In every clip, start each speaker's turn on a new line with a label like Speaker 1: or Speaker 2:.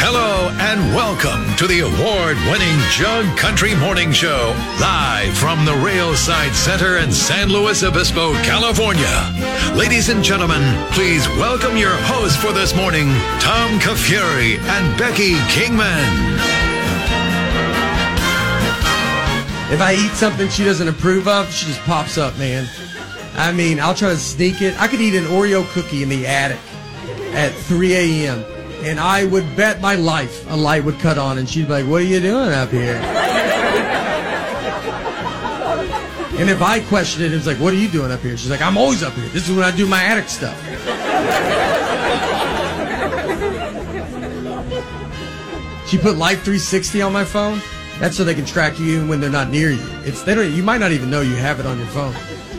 Speaker 1: Hello and welcome to the award winning Jug Country Morning Show, live from the Railside Center in San Luis Obispo, California. Ladies and gentlemen, please welcome your hosts for this morning, Tom Kafuri and Becky Kingman.
Speaker 2: If I eat something she doesn't approve of, she just pops up, man. I mean, I'll try to sneak it. I could eat an Oreo cookie in the attic at 3 a.m. and I would bet my life a light would cut on, and she'd be like, "What are you doing up here?" and if I questioned it, it was like, "What are you doing up here?" She's like, "I'm always up here. This is when I do my attic stuff." She put Life 360 on my phone. That's so they can track you even when they're not near you. It's they don't. You might not even know you have it on your phone.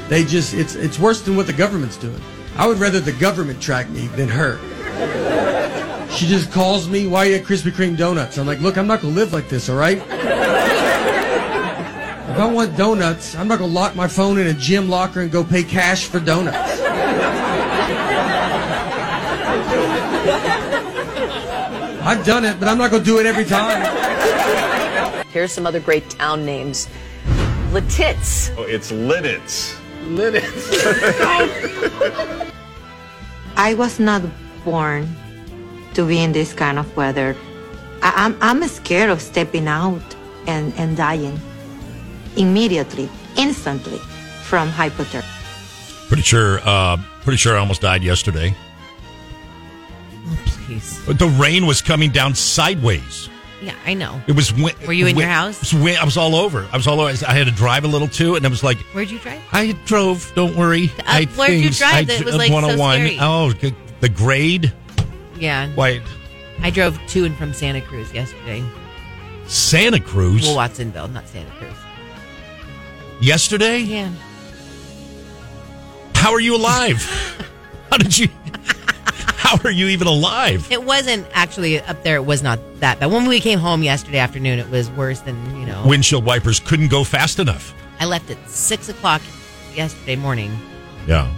Speaker 2: They just it's it's worse than what the government's doing. I would rather the government track me than her. She just calls me, "Why you at Krispy Kreme donuts?" I'm like, "Look, I'm not gonna live like this, all right? If I want donuts, I'm not gonna lock my phone in a gym locker and go pay cash for donuts." I've done it, but I'm not gonna do it every time.
Speaker 3: Here's some other great town names. Letitz.
Speaker 4: Oh, it's Lidditz.
Speaker 5: I was not born to be in this kind of weather. I, am I'm scared of stepping out and, and dying immediately, instantly from hypothermia.
Speaker 6: Pretty sure. Uh, pretty sure I almost died yesterday.
Speaker 7: Oh, please.
Speaker 6: But the rain was coming down sideways.
Speaker 7: Yeah, I know.
Speaker 6: It was. Win-
Speaker 7: Were you in
Speaker 6: win-
Speaker 7: your house?
Speaker 6: it was win- I was all over. I was all over. I had to drive a little too, and I was like,
Speaker 7: Where'd you drive?
Speaker 6: I drove. Don't worry. I had
Speaker 7: Uh, where'd you
Speaker 6: things.
Speaker 7: drive
Speaker 6: I
Speaker 7: that
Speaker 6: dr-
Speaker 7: was, like, so
Speaker 6: 101.
Speaker 7: scary?
Speaker 6: Oh, g- the grade.
Speaker 7: Yeah.
Speaker 6: Wait,
Speaker 7: I drove to and from Santa Cruz yesterday.
Speaker 6: Santa Cruz
Speaker 7: Well, Watsonville, not Santa Cruz.
Speaker 6: yesterday.
Speaker 7: Yeah.
Speaker 6: How are you alive? how did you? How are you even alive?
Speaker 7: It wasn't actually up there. It was not that bad. When we came home yesterday afternoon, it was worse than, you know.
Speaker 6: Windshield wipers couldn't go fast enough.
Speaker 7: I left at 6 o'clock yesterday morning
Speaker 6: Yeah.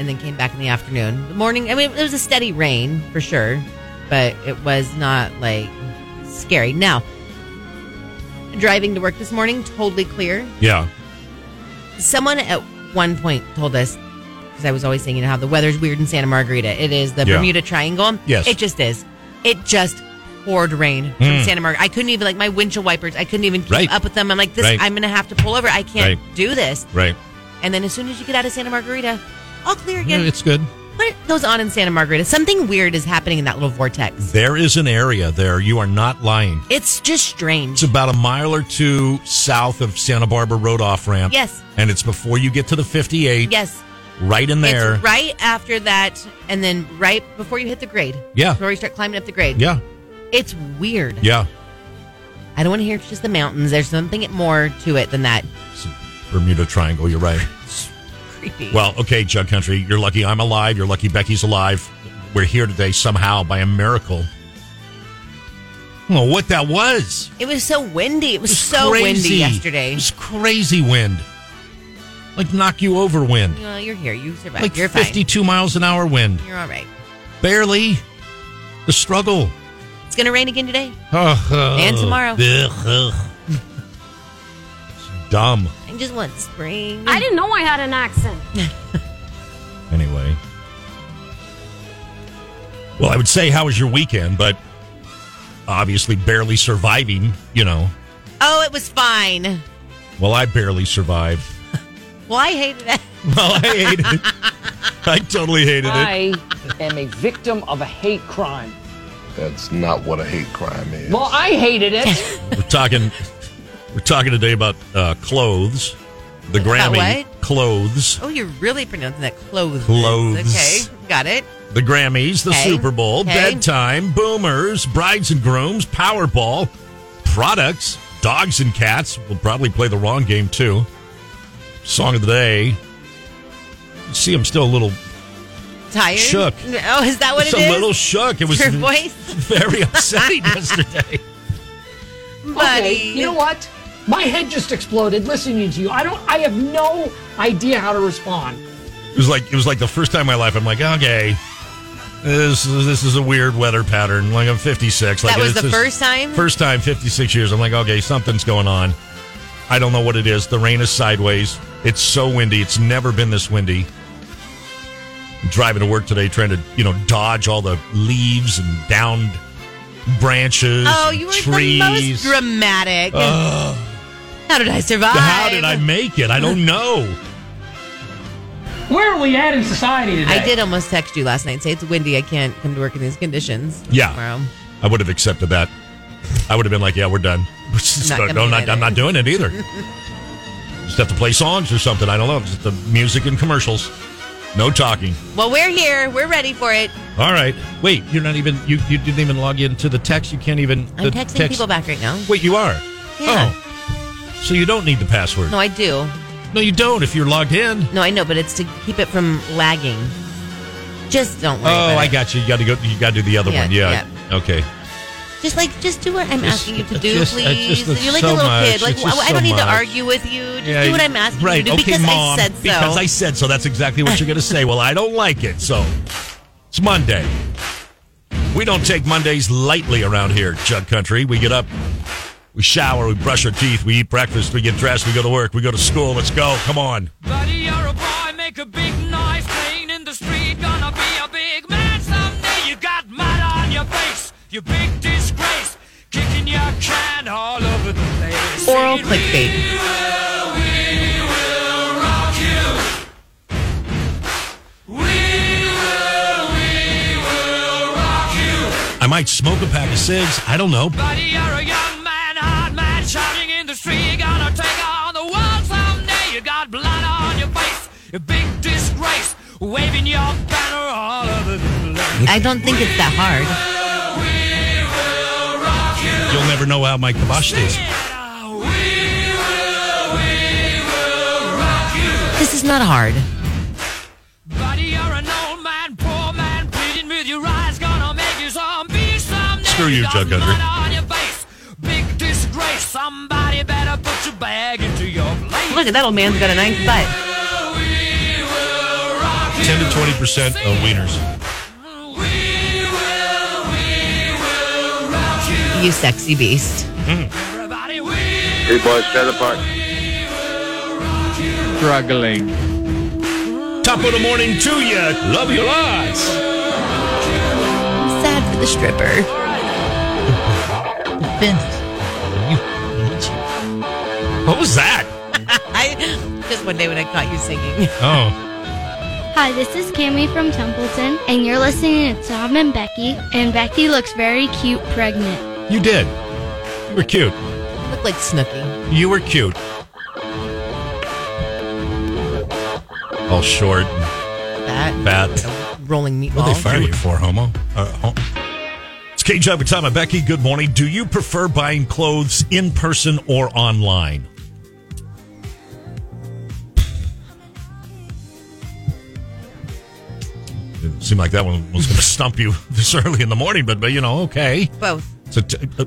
Speaker 7: and then came back in the afternoon. The morning, I mean, it was a steady rain for sure, but it was not like scary. Now, driving to work this morning, totally clear.
Speaker 6: Yeah.
Speaker 7: someone at one point told us because I was always saying, you know, how the weather's weird in Santa Margarita. It is the
Speaker 6: Yeah.
Speaker 7: Bermuda Triangle.
Speaker 6: Yes. Hmm.
Speaker 7: it just is. It just poured rain from Santa Margarita. I couldn't even like my windshield wipers. I couldn't even keep
Speaker 6: Right.
Speaker 7: up with them. I'm like, this.
Speaker 6: Right.
Speaker 7: I'm gonna have to pull over. I can't
Speaker 6: Right.
Speaker 7: do this.
Speaker 6: Right.
Speaker 7: And then as soon as you get out of Santa Margarita, all clear
Speaker 6: Yeah,
Speaker 7: again.
Speaker 6: it's good.
Speaker 7: what goes on in Santa Margarita? Something weird is happening in that little vortex.
Speaker 6: There is an area there. You are not lying.
Speaker 7: It's just strange.
Speaker 6: It's about a mile or two south of Santa Barbara Road off ramp.
Speaker 7: Yes.
Speaker 6: And it's before you get to the 58.
Speaker 7: yes.
Speaker 6: Right in there.
Speaker 7: It's right after that, and then right before you hit the grade.
Speaker 6: Yeah.
Speaker 7: Before you start climbing up the grade.
Speaker 6: Yeah.
Speaker 7: It's weird.
Speaker 6: Yeah.
Speaker 7: I don't want to hear it's just the mountains. There's something more to it than that.
Speaker 6: It's the Bermuda Triangle. You're right.
Speaker 7: Creepy.
Speaker 6: Well, okay, Jug Country. You're lucky I'm alive. You're lucky Becky's alive. We're here today somehow by a miracle. Well, what that was.
Speaker 7: it was so windy. It was,
Speaker 6: It was
Speaker 7: so
Speaker 6: crazy.
Speaker 7: windy
Speaker 6: It
Speaker 7: yesterday.
Speaker 6: was crazy wind. Like knock you over wind.
Speaker 7: You know, you're here. You survived.
Speaker 6: Like
Speaker 7: you're
Speaker 6: 52 miles an hour wind.
Speaker 7: fine. You're all right.
Speaker 6: Barely. The struggle.
Speaker 7: It's gonna rain again today.
Speaker 6: and
Speaker 7: tomorrow.
Speaker 6: Dumb.
Speaker 7: I just want spring.
Speaker 8: I didn't know I had an accent.
Speaker 6: Anyway. Well, I would say, how was your weekend? But obviously, barely surviving, you know.
Speaker 7: Oh, it was fine.
Speaker 6: Well, I barely survived.
Speaker 7: Well, I hated it.
Speaker 6: Well, I hated it. I totally hated it.
Speaker 9: I am a victim of a hate crime.
Speaker 4: That's not what a hate crime is.
Speaker 9: Well, I hated it.
Speaker 6: We're talking. We're talking today about uh, clothes. The
Speaker 7: About
Speaker 6: Grammy
Speaker 7: what?
Speaker 6: clothes.
Speaker 7: Oh, you're really pronouncing that clothes.
Speaker 6: Clothes.
Speaker 7: Okay, got it.
Speaker 6: the Grammys, the
Speaker 7: Okay.
Speaker 6: Super Bowl,
Speaker 7: Okay.
Speaker 6: bedtime, boomers, brides and grooms, Powerball, products, dogs and cats. We'll probably play the wrong game too. Song of the day. See, I'm still a little
Speaker 7: tired?
Speaker 6: Shook.
Speaker 7: Oh, is that what
Speaker 6: It's
Speaker 7: it
Speaker 6: a
Speaker 7: is?
Speaker 6: little shook. It was
Speaker 7: Your voice?
Speaker 6: very upsetting yesterday.
Speaker 7: buddy.
Speaker 9: Okay, you know what? My head just exploded listening to you. I don't. I have no idea how to respond.
Speaker 6: It was like it was like the first time in my life. I'm like, okay, this this is a weird weather pattern. Like I'm 56. Like
Speaker 7: That was
Speaker 6: it's
Speaker 7: the
Speaker 6: just-
Speaker 7: first time?
Speaker 6: First time, 56 years. I'm like, okay, something's going on. I don't know what it is. The rain is sideways. It's so windy. It's never been this windy. I'm driving to work today, trying to you know dodge all the leaves and downed branches.
Speaker 7: Oh,
Speaker 6: and
Speaker 7: you were
Speaker 6: trees.
Speaker 7: the most dramatic. How did I survive?
Speaker 6: How did I make it? I don't know.
Speaker 9: Where are we at in society today?
Speaker 7: I did almost text you last night and say it's windy. I can't come to work in these conditions.
Speaker 6: Yeah.
Speaker 7: Tomorrow.
Speaker 6: I would have accepted that. I would have been like, yeah, we're done. So,
Speaker 7: gonna
Speaker 6: no,
Speaker 7: do
Speaker 6: I'm not,
Speaker 7: either.
Speaker 6: I'm not doing it either. Just have to play songs or something. I don't know. Just the music and commercials. No talking.
Speaker 7: Well, we're here. We're ready for it.
Speaker 6: All right. Wait, you're not even, you, you didn't even log into the text. You can't even.
Speaker 7: I'm
Speaker 6: the
Speaker 7: texting people back right now.
Speaker 6: Wait, you are?
Speaker 7: Yeah.
Speaker 6: Oh. So you don't need the password.
Speaker 7: No, I do.
Speaker 6: No, you don't if you're logged in.
Speaker 7: No, I know, but it's to keep it from lagging. Just don't worry.
Speaker 6: Oh,
Speaker 7: about
Speaker 6: I
Speaker 7: it.
Speaker 6: got you. You got to go. You got to do the other
Speaker 7: Yeah,
Speaker 6: one. Yeah. Okay.
Speaker 7: Just like, just do what I'm
Speaker 6: Just-
Speaker 7: asking you to do,
Speaker 6: just- uh,
Speaker 7: please.
Speaker 6: just it's
Speaker 7: You're like a
Speaker 6: so
Speaker 7: little
Speaker 6: much.
Speaker 7: kid. Like,
Speaker 6: It's just
Speaker 7: I
Speaker 6: so
Speaker 7: don't need to
Speaker 6: much.
Speaker 7: argue with you. Just
Speaker 6: Yeah,
Speaker 7: do what I'm asking
Speaker 6: right.
Speaker 7: you to do
Speaker 6: okay,
Speaker 7: because
Speaker 6: Mom,
Speaker 7: I said so.
Speaker 6: Because I said so. That's exactly what you're going to say. Well, I don't like it, so it's Monday. We don't take Mondays lightly around here, Jug Country. We get up, we shower, we brush our teeth, we eat breakfast, we get dressed, we go to work, we go to school. Let's go. Come on.
Speaker 8: Buddy, you're a boy, make a big noise, playing in the street, gonna be a big man someday. You got mud on your face, you big disgrace, kicking your can all over the place.
Speaker 7: Oral clickbait.
Speaker 8: We will, we will rock you. We will, we will rock you.
Speaker 6: I might smoke a pack of cigs. I don't know.
Speaker 8: Buddy, you're a young man, hard man, shouting in the street. You're gonna take on the world someday. You got blood on your face, a big disgrace, waving your banner all over the place.
Speaker 7: I don't think it's that hard.
Speaker 8: We will rock you.
Speaker 6: You'll never know how my kibosh is.
Speaker 8: Yeah, we will, we will rock you.
Speaker 7: This is not hard.
Speaker 8: Buddy, you're an old man, poor man, pleading with your eyes, gonna make you zombie someday.
Speaker 6: Screw you,
Speaker 8: Got
Speaker 6: Jug Hunter.
Speaker 8: blood on your face, Big disgrace, somebody better put your bag into your place.
Speaker 7: Look at that old man's got a nice butt.
Speaker 6: 10 to 20% of wieners.
Speaker 7: You sexy beast.
Speaker 8: Everybody,
Speaker 10: Hey, boys, shut the park. Struggling.
Speaker 6: Top of the morning to you. Love you lots.
Speaker 7: Sad for the stripper.
Speaker 6: What was that?
Speaker 7: I just one day when I caught you singing.
Speaker 6: Oh.
Speaker 11: Hi, this is Cammy from Templeton, and you're listening to Tom and Becky. And Becky looks very cute pregnant.
Speaker 6: You did. You were cute.
Speaker 7: Look like Snooki.
Speaker 6: You were cute. All short and
Speaker 7: That
Speaker 6: fat.
Speaker 7: rolling meatball.
Speaker 6: What they fire you for, homo? Uh, hom- it's K Job with Tom and Becky. Good morning. Do you prefer buying clothes in person or online? It seemed like that one was going to stump you this early in the morning, but, but you know, okay.
Speaker 7: Both.
Speaker 6: So, t- uh,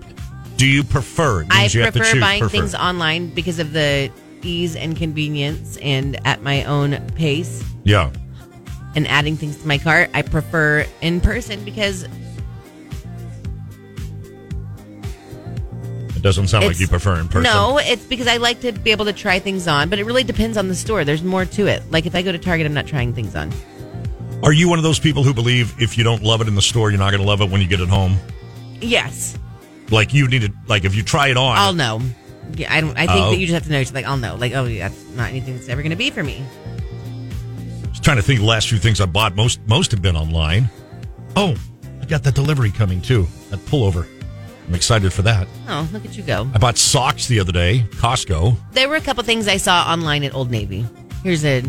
Speaker 6: do you prefer? It
Speaker 7: I
Speaker 6: means you have to
Speaker 7: prefer
Speaker 6: choose
Speaker 7: buying
Speaker 6: prefer.
Speaker 7: things online because of the ease and convenience and at my own pace
Speaker 6: Yeah.
Speaker 7: and adding things to my cart. I prefer in person because
Speaker 6: It doesn't sound like
Speaker 7: It's-
Speaker 6: you prefer in person.
Speaker 7: No, it's because I like to be able to try things on, but it really depends on the store. There's more to it. Like if I go to Target, I'm not trying things on.
Speaker 6: Are you one of those people who believe if you don't love it in the store, you're not going to love it when you get it home?
Speaker 7: Yes,
Speaker 6: Like you need to, like if you try it on,
Speaker 7: I'll know. Yeah, I don't. I think
Speaker 6: Oh.
Speaker 7: that you just have to know. It's like I'll know. Like oh, yeah, that's not anything that's ever going to be for me.
Speaker 6: I was trying to think of the last few things I bought. Most most have been online. Oh, I got that delivery coming too. That pullover. I'm excited for that.
Speaker 7: Oh, look at you go.
Speaker 6: I bought socks the other day, Costco.
Speaker 7: There were a couple things I saw online at Old Navy. Here's a.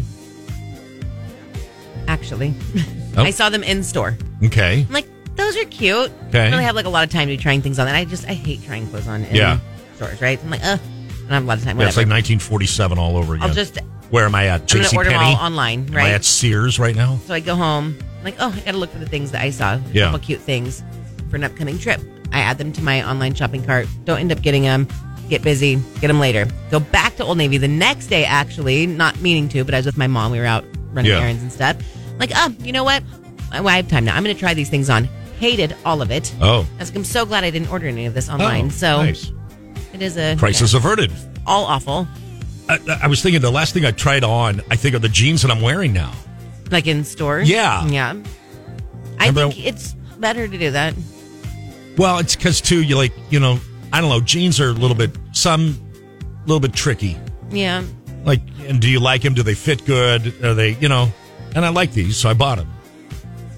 Speaker 7: Actually,
Speaker 6: Oh.
Speaker 7: I saw them in store.
Speaker 6: Okay.
Speaker 7: I'm like, those are cute. I
Speaker 6: Okay.
Speaker 7: don't really have like a lot of time to be trying things on. And I just I hate trying clothes on in
Speaker 6: Yeah.
Speaker 7: stores, right? I'm like, uh, I don't have a lot of time.
Speaker 6: Yeah,
Speaker 7: Whatever.
Speaker 6: it's like 1947 all over again.
Speaker 7: I'll just
Speaker 6: Where am I at?
Speaker 7: I'm gonna
Speaker 6: JC
Speaker 7: order
Speaker 6: Penney.
Speaker 7: them all online,
Speaker 6: Am I
Speaker 7: right?
Speaker 6: at Sears right now?
Speaker 7: So I go home. like, oh, I got to look for the things that I saw.
Speaker 6: Yeah.
Speaker 7: A couple cute things for an upcoming trip. I add them to my online shopping cart. Don't end up getting them. Get busy. Get them later. Go back to Old Navy the next day, actually. Not meaning to, but I was with my mom. We were out running
Speaker 12: Yeah.
Speaker 7: errands and stuff. Like, oh, you know what? I I have time now. I'm going to try these things on. Hated all of it.
Speaker 6: Oh.
Speaker 7: I was like, I'm so glad I didn't order any of this online.
Speaker 6: Oh,
Speaker 7: so
Speaker 6: nice.
Speaker 7: it is a
Speaker 6: Crisis averted.
Speaker 7: All awful.
Speaker 6: I, I was thinking the last thing I tried on, I think, are the jeans that I'm wearing now.
Speaker 7: Like in stores?
Speaker 6: Yeah.
Speaker 7: Yeah. I
Speaker 6: Remember-
Speaker 7: think it's better to do that.
Speaker 6: Well, it's because too you like you know I don't know jeans are a little bit some a little bit tricky.
Speaker 7: Yeah.
Speaker 6: Like, and do you like them? Do they fit good? Are they you know? And I like these, so I bought them.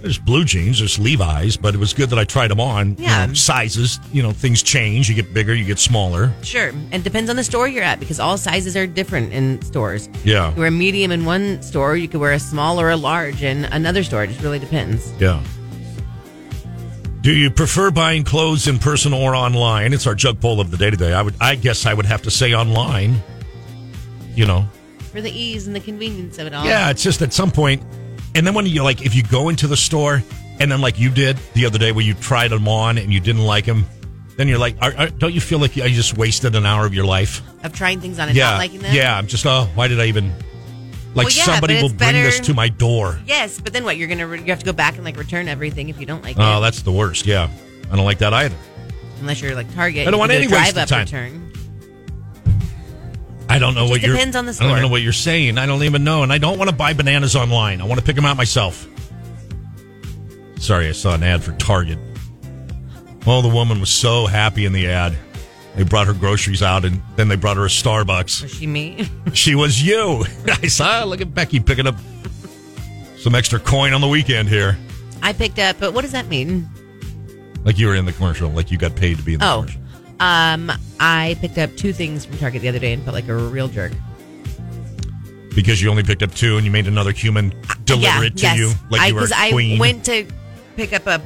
Speaker 6: There's blue jeans, there's Levi's, but it was good that I tried them on. You
Speaker 7: Yeah.
Speaker 6: know, sizes, you know, things change. You get bigger, you get smaller.
Speaker 7: Sure. And it depends on the store you're at because all sizes are different in stores.
Speaker 6: Yeah.
Speaker 7: You wear a medium in one store, you could wear a small or a large in another store. It just really depends.
Speaker 6: Yeah. Do you prefer buying clothes in person or online? It's our jug poll of the day today. I would, I guess, I would have to say online. You know,
Speaker 7: For the ease and the convenience of it all.
Speaker 6: yeah. It's just at some point, and then when you like, if you go into the store and then like you did the other day, where you tried them on and you didn't like them, then you're like, are, are, don't you feel like you, you just wasted an hour of your life?
Speaker 7: Of trying things on and
Speaker 6: yeah,
Speaker 7: not liking them.
Speaker 6: yeah. I'm just, oh, why did I even? Like
Speaker 7: Well, yeah,
Speaker 6: somebody
Speaker 7: but
Speaker 6: will
Speaker 7: it's
Speaker 6: bring this
Speaker 7: better-
Speaker 6: to my door.
Speaker 7: Yes, but then what? You're gonna re- you have to go back and like return everything if you don't like
Speaker 6: Oh,
Speaker 7: it.
Speaker 6: that's the worst. Yeah, I don't like that either.
Speaker 7: Unless you're like Target.
Speaker 6: I don't
Speaker 7: you
Speaker 6: want
Speaker 7: can do
Speaker 6: any
Speaker 7: a drive
Speaker 6: waste of
Speaker 7: up
Speaker 6: time.
Speaker 7: return.
Speaker 6: I don't know
Speaker 7: It
Speaker 6: what
Speaker 7: just
Speaker 6: you're.
Speaker 7: depends on the
Speaker 6: I
Speaker 7: store.
Speaker 6: don't know what you're saying. I don't even know, and I don't want to buy bananas online. I want to pick them out myself. Sorry, I saw an ad for Target. Oh, the woman was so happy in the ad. They brought her groceries out, and then they brought her a Starbucks.
Speaker 7: She me.
Speaker 6: She was you. I saw. "Ah, Look at Becky picking up some extra coin on the weekend here.
Speaker 7: I picked up, but what does that mean?
Speaker 6: Like you were in the commercial. Like you got paid to be in the
Speaker 7: Oh,
Speaker 6: commercial.
Speaker 7: um, I picked up two things from Target the other day and felt like a real jerk.
Speaker 6: because you only picked up two, and you made another human deliver
Speaker 7: yeah,
Speaker 6: it to
Speaker 7: yes.
Speaker 6: you like
Speaker 7: I,
Speaker 6: you were a
Speaker 7: 'cause I
Speaker 6: queen.
Speaker 7: went to pick up a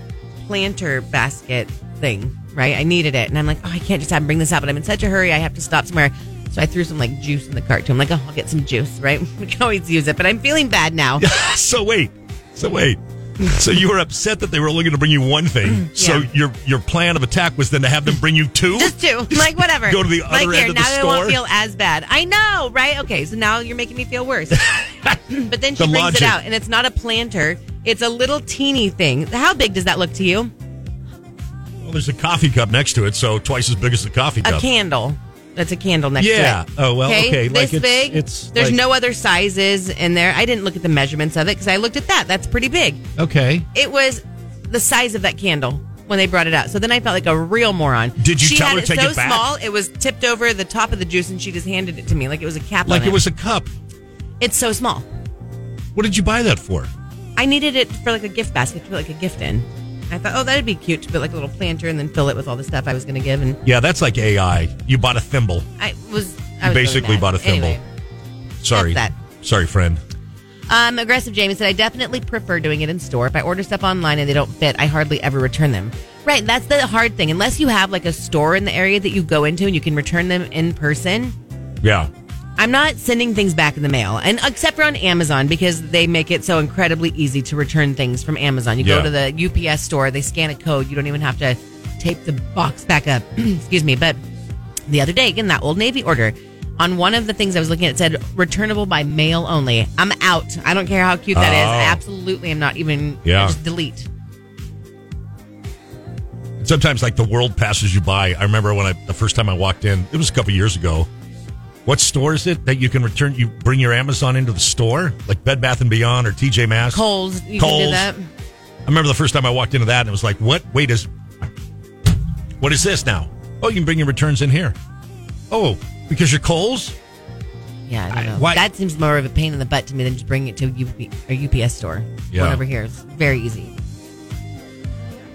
Speaker 7: planter basket thing, right? I needed it, and I'm like, oh, I can't just have him bring this out, but I'm in such a hurry. I have to stop somewhere. So I threw some like juice in the cart to him, like, oh, I'll get some juice, right? We can always use it, but I'm feeling bad now.
Speaker 6: so wait, so wait. So you were upset that they were only going to bring you one thing. So
Speaker 7: Mm-hmm. Yeah.
Speaker 6: your your plan of attack was then to have them bring you two.
Speaker 7: Just two. I'm Like whatever.
Speaker 6: Go to the
Speaker 7: like,
Speaker 6: other
Speaker 7: here,
Speaker 6: end of the
Speaker 7: now I
Speaker 6: store.
Speaker 7: won't feel as bad. I know, right? Okay, so now you're making me feel worse. but then she
Speaker 6: The
Speaker 7: brings
Speaker 6: logic.
Speaker 7: it out, and it's not a planter. It's a little teeny thing. How big does that look to you?
Speaker 6: Well, there's a coffee cup next to it, so twice as big as the coffee
Speaker 7: A
Speaker 6: cup.
Speaker 7: candle. That's a candle next
Speaker 6: Yeah.
Speaker 7: to it.
Speaker 6: Oh, well, okay, like,
Speaker 7: This
Speaker 6: it's-
Speaker 7: big.
Speaker 6: it's
Speaker 7: There's
Speaker 6: like-
Speaker 7: no other sizes in there. I didn't look at the measurements of it because I looked at that. That's pretty big.
Speaker 6: Okay.
Speaker 7: It was the size of that candle when they brought it out. So then I felt like a real moron.
Speaker 6: Did you
Speaker 7: she
Speaker 6: tell
Speaker 7: had
Speaker 6: her
Speaker 7: it
Speaker 6: to take
Speaker 7: so
Speaker 6: it back?
Speaker 7: small? It was tipped over the top of the juice, and she just handed it to me like it was a cap.
Speaker 6: Like
Speaker 7: on
Speaker 6: it was a cup.
Speaker 7: It's so small.
Speaker 6: What did you buy that for?
Speaker 7: I needed it for like a gift basket to put like a gift in. I thought, oh, that'd be cute to put like a little planter and then fill it with all the stuff I was going to give. And
Speaker 6: Yeah, that's like AI. You bought a thimble.
Speaker 7: I was, I
Speaker 6: You
Speaker 7: was really
Speaker 6: basically
Speaker 7: mad.
Speaker 6: bought a thimble.
Speaker 7: Anyway.
Speaker 6: Sorry.
Speaker 7: that's
Speaker 6: Sorry, friend.
Speaker 7: Um, aggressive Jamie said, I definitely prefer doing it in store. If I order stuff online and they don't fit, I hardly ever return them. Right, that's the hard thing. Unless you have like a store in the area that you go into and you can return them in person,
Speaker 6: Yeah.
Speaker 7: I'm not sending things back in the mail. And except for on Amazon because they make it so incredibly easy to return things from Amazon. You
Speaker 13: Yeah.
Speaker 7: go to the UPS store, they scan a code, you don't even have to tape the box back up. Excuse me, but the other day, again, that old Navy order. On one of the things I was looking at, it said returnable by mail only. I'm out. I don't care how cute that is. I
Speaker 6: Oh.
Speaker 7: absolutely am not even.
Speaker 6: Yeah.
Speaker 7: I Just delete.
Speaker 6: And sometimes like the world passes you by. I remember when I the first time I walked in, it was a couple years ago. What store is it that you can return? You bring your Amazon into the store, like Bed Bath and Beyond or TJ Maxx,
Speaker 7: Kohl's. You can do
Speaker 6: Kohl's.
Speaker 7: that.
Speaker 6: I remember the first time I walked into that and it was like, what? Wait, is what is this now? Oh, you can bring your returns in here. Oh, because you're Kohl's?
Speaker 7: Yeah, I don't know.
Speaker 6: why-
Speaker 7: that seems more of a pain in the butt to me than just bringing it to a, UP, a UPS store.
Speaker 6: Yeah.
Speaker 7: One over here. It's very easy.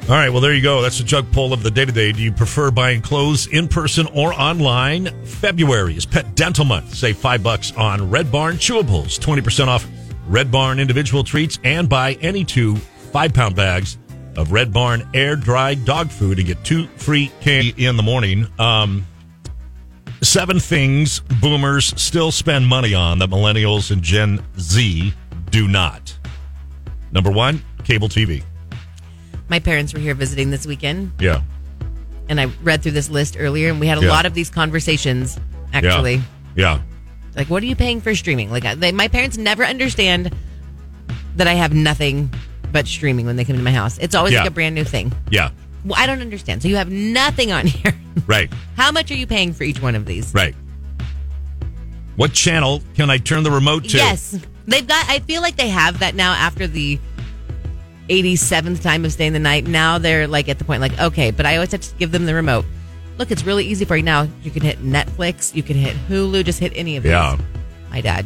Speaker 6: All right, well, there you go. That's the jug poll of the day today. Do you prefer buying clothes in person or online? February is Pet Dental Month. Save five bucks on Red Barn Chewables, 20% off Red Barn individual treats, and buy any two five pound bags of Red Barn air dried dog food to get two free candy in the morning. Um, seven things boomers still spend money on that millennials and Gen Z do not. Number one, cable TV.
Speaker 7: My parents were here visiting this weekend,
Speaker 6: Yeah.
Speaker 7: and I read through this list earlier, and we had a
Speaker 6: Yeah.
Speaker 7: lot of these conversations. Actually,
Speaker 6: Yeah.
Speaker 7: like, what are you paying for streaming? Like, I- they, my parents never understand that I have nothing but streaming when they come to my house. It's always
Speaker 6: Yeah.
Speaker 7: like a brand new thing.
Speaker 6: Yeah.
Speaker 7: Well, I don't understand. So you have nothing on here.
Speaker 6: Right.
Speaker 7: How much are you paying for each one of these?
Speaker 6: Right. What channel can I turn the remote to?
Speaker 7: Yes. They've got I feel like they have that now after the 87th time of staying the night. Now they're like at the point like, okay, but I always have to give them the remote. Look, it's really easy for you now. You can hit Netflix, you can hit Hulu, just hit any of these.
Speaker 6: Yeah.
Speaker 7: My dad.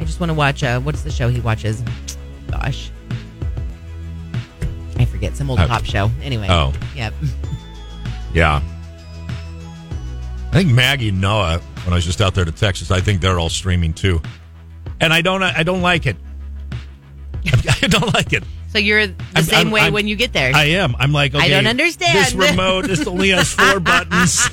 Speaker 7: I just want to watch uh what's the show he watches? Gosh. I forget some old
Speaker 6: Oh.
Speaker 7: pop show. Anyway.
Speaker 6: Oh.
Speaker 7: Yep.
Speaker 6: Yeah. I think Maggie and Noah, when I was just out there to Texas, I think they're all streaming too. And I don't I don't like it. I don't like it.
Speaker 7: So you're the
Speaker 6: I'm-
Speaker 7: same
Speaker 6: I'm-
Speaker 7: way
Speaker 6: I'm-
Speaker 7: when you get there.
Speaker 6: I am. I'm like, okay.
Speaker 7: I don't understand.
Speaker 6: This remote this only has four buttons.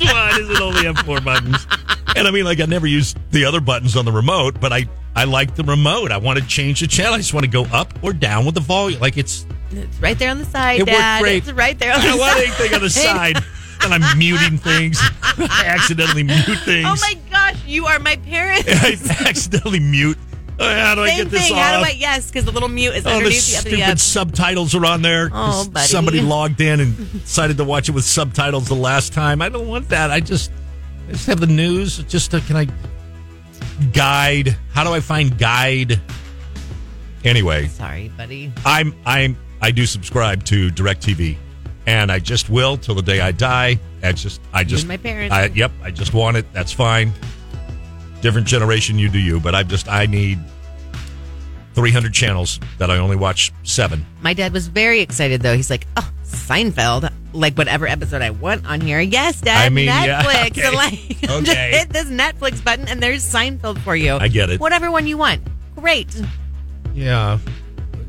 Speaker 6: Why does it only have four buttons? And I mean, like, I never use the other buttons on the remote, but I I like the remote. I want to change the channel. I just want to go up or down with the volume. Like it's
Speaker 7: It's right there on the side,
Speaker 6: It worked
Speaker 7: Dad.
Speaker 6: great.
Speaker 7: It's right there on
Speaker 6: I
Speaker 7: the
Speaker 6: don't want
Speaker 7: side.
Speaker 6: anything on the side. And I'm muting things. I accidentally mute things.
Speaker 7: Oh my gosh, you are my parents.
Speaker 6: I accidentally mute. Uh, How do I
Speaker 7: Same
Speaker 6: get this
Speaker 7: thing.
Speaker 6: off?
Speaker 7: How do I? Yes, because the little mute is
Speaker 6: Oh, the
Speaker 7: underneath the other.
Speaker 6: stupid
Speaker 7: Yeah.
Speaker 6: subtitles are on there.
Speaker 7: Oh, buddy.
Speaker 6: Somebody logged in and decided to watch it with subtitles the last time. I don't want that. I just, I just have the news. Just uh can I guide? How do I find guide? Anyway,
Speaker 7: Sorry, buddy.
Speaker 6: I'm I'm I do subscribe to DirecTV, and I just will till the day I die. That's just I just
Speaker 7: and my parents.
Speaker 6: I, yep, I just want it. That's fine. Different generation, you do you, but I've just I need 300 channels that I only watch seven.
Speaker 7: My dad was very excited though. He's like, "Oh, Seinfeld! Like whatever episode I want on here." Yes, Dad.
Speaker 6: I mean, yeah,
Speaker 7: Netflix.
Speaker 6: okay.
Speaker 7: And like, just
Speaker 6: Okay.
Speaker 7: hit this Netflix button, and there's Seinfeld for you.
Speaker 6: I get it. Oh,
Speaker 7: Whatever one you want. Great.
Speaker 6: Yeah,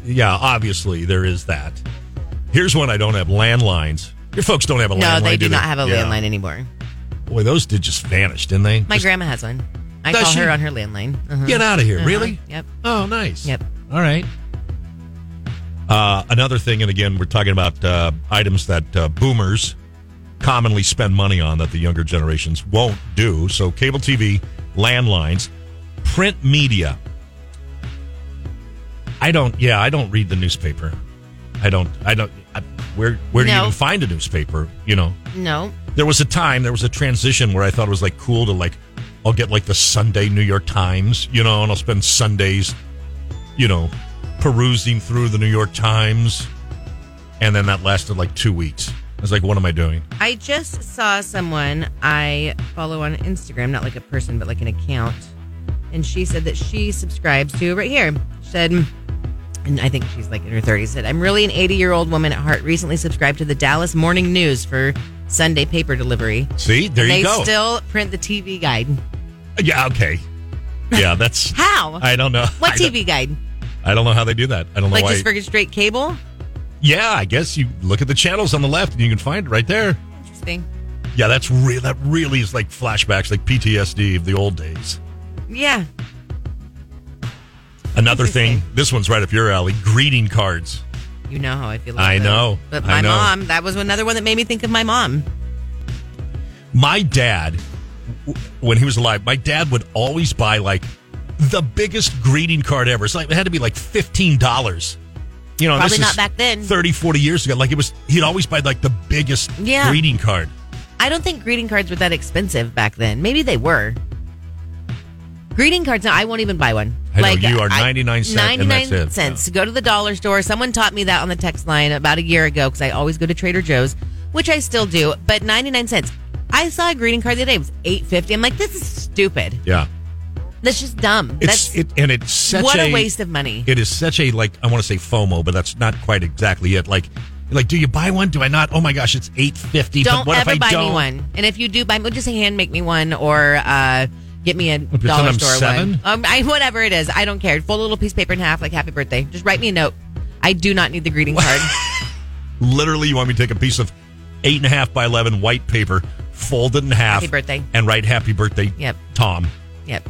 Speaker 6: yeah. Obviously, there is that. Here's one I don't have landlines. Your folks don't have a
Speaker 7: no,
Speaker 6: landline.
Speaker 7: they do
Speaker 6: do
Speaker 7: not have a landline anymore.
Speaker 6: Boy, those did just vanish, didn't they?
Speaker 7: My
Speaker 6: Just
Speaker 7: grandma has one. I
Speaker 6: Does
Speaker 7: call
Speaker 6: she?
Speaker 7: her on her landline. Uh-huh.
Speaker 6: Get out of here!
Speaker 7: Uh-huh.
Speaker 6: Really?
Speaker 7: Yep.
Speaker 6: Oh, nice.
Speaker 7: Yep.
Speaker 6: All right. Uh, another thing, and again, we're talking about uh, items that uh, boomers commonly spend money on that the younger generations won't do. So, cable TV, landlines, print media. I don't. Yeah, I don't read the newspaper. I don't. I don't. I, where Where do you
Speaker 7: No.
Speaker 6: even find a newspaper? You know,
Speaker 7: No.
Speaker 6: there was a time, there was a transition where I thought it was like cool to like, I'll get like the Sunday New York Times, you know, and I'll spend Sundays, you know, perusing through the New York Times. And then that lasted like two weeks. I was like, what am I doing?
Speaker 7: I just saw someone I follow on Instagram, not like a person, but like an account. And she said that she subscribes to right here. She said, and I think she's like in her 30s, said, I'm really an 80 year old woman at heart, recently subscribed to the Dallas Morning News for Sunday paper delivery.
Speaker 6: See, there
Speaker 7: they
Speaker 6: you go.
Speaker 7: still print the TV guide.
Speaker 6: yeah, okay. Yeah, that's.
Speaker 7: How?
Speaker 6: I don't know.
Speaker 7: what
Speaker 6: I don't-
Speaker 7: TV guide?
Speaker 6: I don't know how they do that. I don't know
Speaker 7: Like
Speaker 6: why.
Speaker 7: just for straight cable?
Speaker 6: yeah, I guess you look at the channels on the left and you can find it right there.
Speaker 7: Interesting.
Speaker 6: Yeah, that's real. That really is like flashbacks, like PTSD of the old days.
Speaker 7: Yeah.
Speaker 6: Another
Speaker 7: Interesting.
Speaker 6: thing, this one's right up your alley greeting cards.
Speaker 7: You know how I feel about
Speaker 6: I
Speaker 7: those.
Speaker 6: know.
Speaker 7: But
Speaker 6: I
Speaker 7: my
Speaker 6: know.
Speaker 7: mom, that was another one that made me think of my mom.
Speaker 6: My dad, w- when he was alive, my dad would always buy like the biggest greeting card ever. It's like, it had to be like $15. You know, and
Speaker 7: Probably
Speaker 6: this
Speaker 7: not
Speaker 6: is
Speaker 7: back then.
Speaker 6: 30, 40 years ago. Like it was, he'd always buy like the biggest
Speaker 7: Yeah.
Speaker 6: greeting card.
Speaker 7: I don't think greeting cards were that expensive back then. Maybe they were. Greeting cards, no, I won't even buy one.
Speaker 6: I know, you are 99 cent and
Speaker 7: 99
Speaker 6: that's it.
Speaker 7: cents. Go to the dollar store. Someone taught me that on the text line about a year ago because I always go to Trader Joe's, which I still do, but 99 cents. I saw a greeting card the other day. It was 850 I'm like, this is stupid.
Speaker 6: Yeah.
Speaker 7: That's just dumb.
Speaker 6: It's,
Speaker 7: That's
Speaker 6: it, and it's such
Speaker 7: what a waste of money.
Speaker 6: It is such a like I want to say FOMO, but that's not quite exactly it. Like, like, do you buy one? Do I not? Oh my gosh, it's eight fifty.
Speaker 7: don't
Speaker 6: But what
Speaker 7: ever
Speaker 6: if I
Speaker 7: buy
Speaker 6: don't?
Speaker 7: me one. And if you do buy me, just hand make me one or uh, get me a
Speaker 6: pretend
Speaker 7: dollar
Speaker 6: I'm
Speaker 7: store
Speaker 6: seven?
Speaker 7: one. Um, I, whatever it is, I don't care. Fold a little piece of paper in half, like happy birthday. Just write me a note. I do not need the greeting card.
Speaker 6: Literally, you want me to take a piece of eight and a half by eleven white paper, fold it in half,
Speaker 7: Happy birthday.
Speaker 6: and write "Happy Birthday,
Speaker 7: Yep.
Speaker 6: Tom."
Speaker 7: Yep.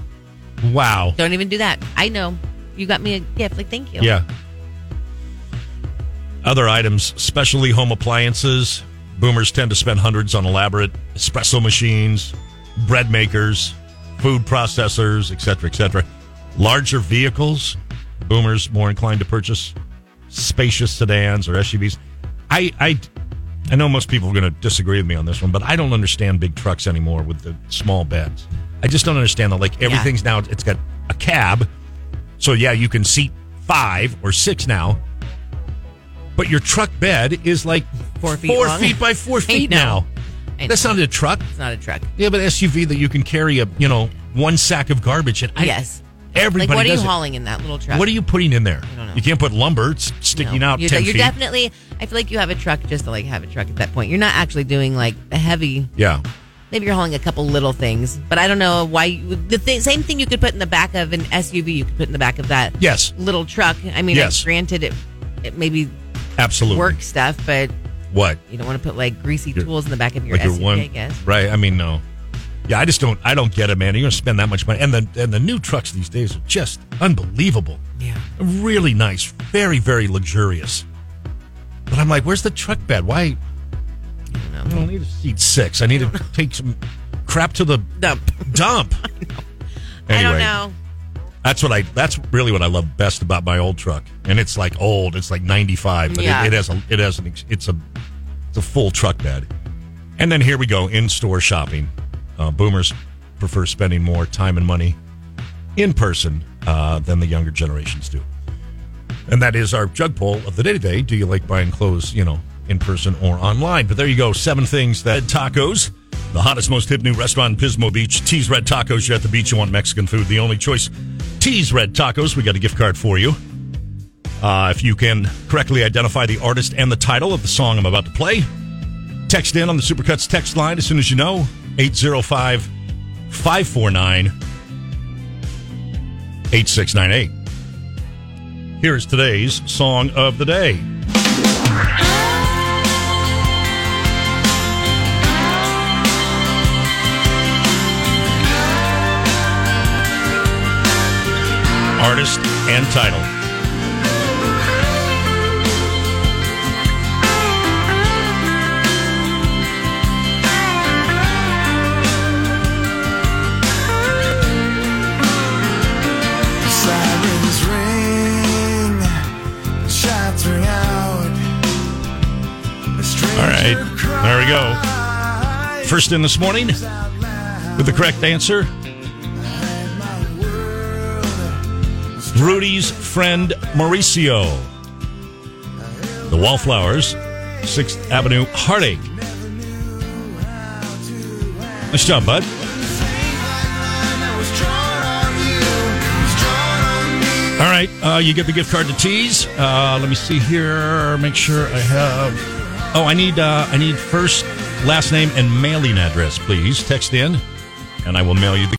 Speaker 6: Wow.
Speaker 7: Don't even do that. I know. You got me a gift. Like, thank you.
Speaker 6: Yeah. Other items, specialty home appliances. Boomers tend to spend hundreds on elaborate espresso machines, bread makers, food processors, etc., etc. Larger vehicles, boomers more inclined to purchase spacious sedans or SUVs. I I I know most people are going to disagree with me on this one, but I don't understand big trucks anymore with the small beds. I just don't understand that. Like everything's now, it's got a cab, so yeah, you can seat five or six now, but your truck bed is like
Speaker 7: Four feet
Speaker 6: four
Speaker 7: long.
Speaker 6: feet by four
Speaker 7: I
Speaker 6: feet
Speaker 7: know.
Speaker 6: now.
Speaker 7: I
Speaker 6: That's
Speaker 7: know.
Speaker 6: not a truck.
Speaker 7: It's not a truck.
Speaker 6: Yeah, but SUV that you can carry a you know one sack of garbage and
Speaker 7: Yes.
Speaker 6: everybody.
Speaker 7: like, what are you
Speaker 6: does it.
Speaker 7: hauling in that little truck?
Speaker 6: What are you putting in there?
Speaker 7: don't know.
Speaker 6: You can't put lumber; it's sticking out
Speaker 7: You're,
Speaker 6: ten
Speaker 7: you're
Speaker 6: feet.
Speaker 7: definitely. I feel like you have a truck just to like have a truck at that point. You're not actually doing like a heavy.
Speaker 6: yeah,
Speaker 7: Maybe you're hauling a couple little things, but I don't know why. You, the th- same thing you could put in the back of an SUV, you could put in the back of that
Speaker 6: Yes.
Speaker 7: little truck. I mean,
Speaker 6: Yes.
Speaker 7: granted, it it maybe
Speaker 6: absolutely.
Speaker 7: work stuff, but
Speaker 6: What?
Speaker 7: you don't want to put like greasy
Speaker 6: Your-
Speaker 7: tools in the back of your
Speaker 6: like your
Speaker 7: SUV.
Speaker 6: one,
Speaker 7: I guess.
Speaker 6: right? I mean, no. Yeah, I just don't. I don't get it, man. You're gonna spend that much money, and the and the new trucks these days are just unbelievable.
Speaker 7: Yeah.
Speaker 6: really nice, very very luxurious. But I'm like, where's the truck bed? Why? I don't need a seat six. I need to take some crap to the
Speaker 7: Dump.
Speaker 6: dump.
Speaker 7: I don't
Speaker 6: Anyway.
Speaker 7: know.
Speaker 6: That's what I. That's really what I love best about my old truck, and it's like old. It's like ninety five, but
Speaker 7: Yeah.
Speaker 6: it, it has a. It has an. ex- It's a. It's a full truck bed, and then here we go in store shopping. Uh, boomers prefer spending more time and money in person uh, than the younger generations do, and that is our jug poll of the day today. Do you like buying clothes? You know, in person or online? But there you go. Seven things that tacos. The hottest, most hip new restaurant in Pismo Beach. Tees Red Tacos. You're at the beach. You want Mexican food. The only choice. Tees Red Tacos. We got a gift card for you. Uh, if you can correctly identify the artist and the title of the song I'm about to play, text in on the Supercuts text line as soon as you know 805 549 8698. Here's today's song of the day. Artist and title.
Speaker 12: Sirens ring, shots ring out.
Speaker 6: All right, there we go. First in this morning with the correct answer Rudy's friend Mauricio. The Wallflowers, 6th Avenue Heartache. Nice job, bud. All right, uh, you get the gift card to tease. Uh, let me see here. Make sure I have. Oh, I need uh, I need first, last name, and mailing address, please. Text in, and I will mail you the.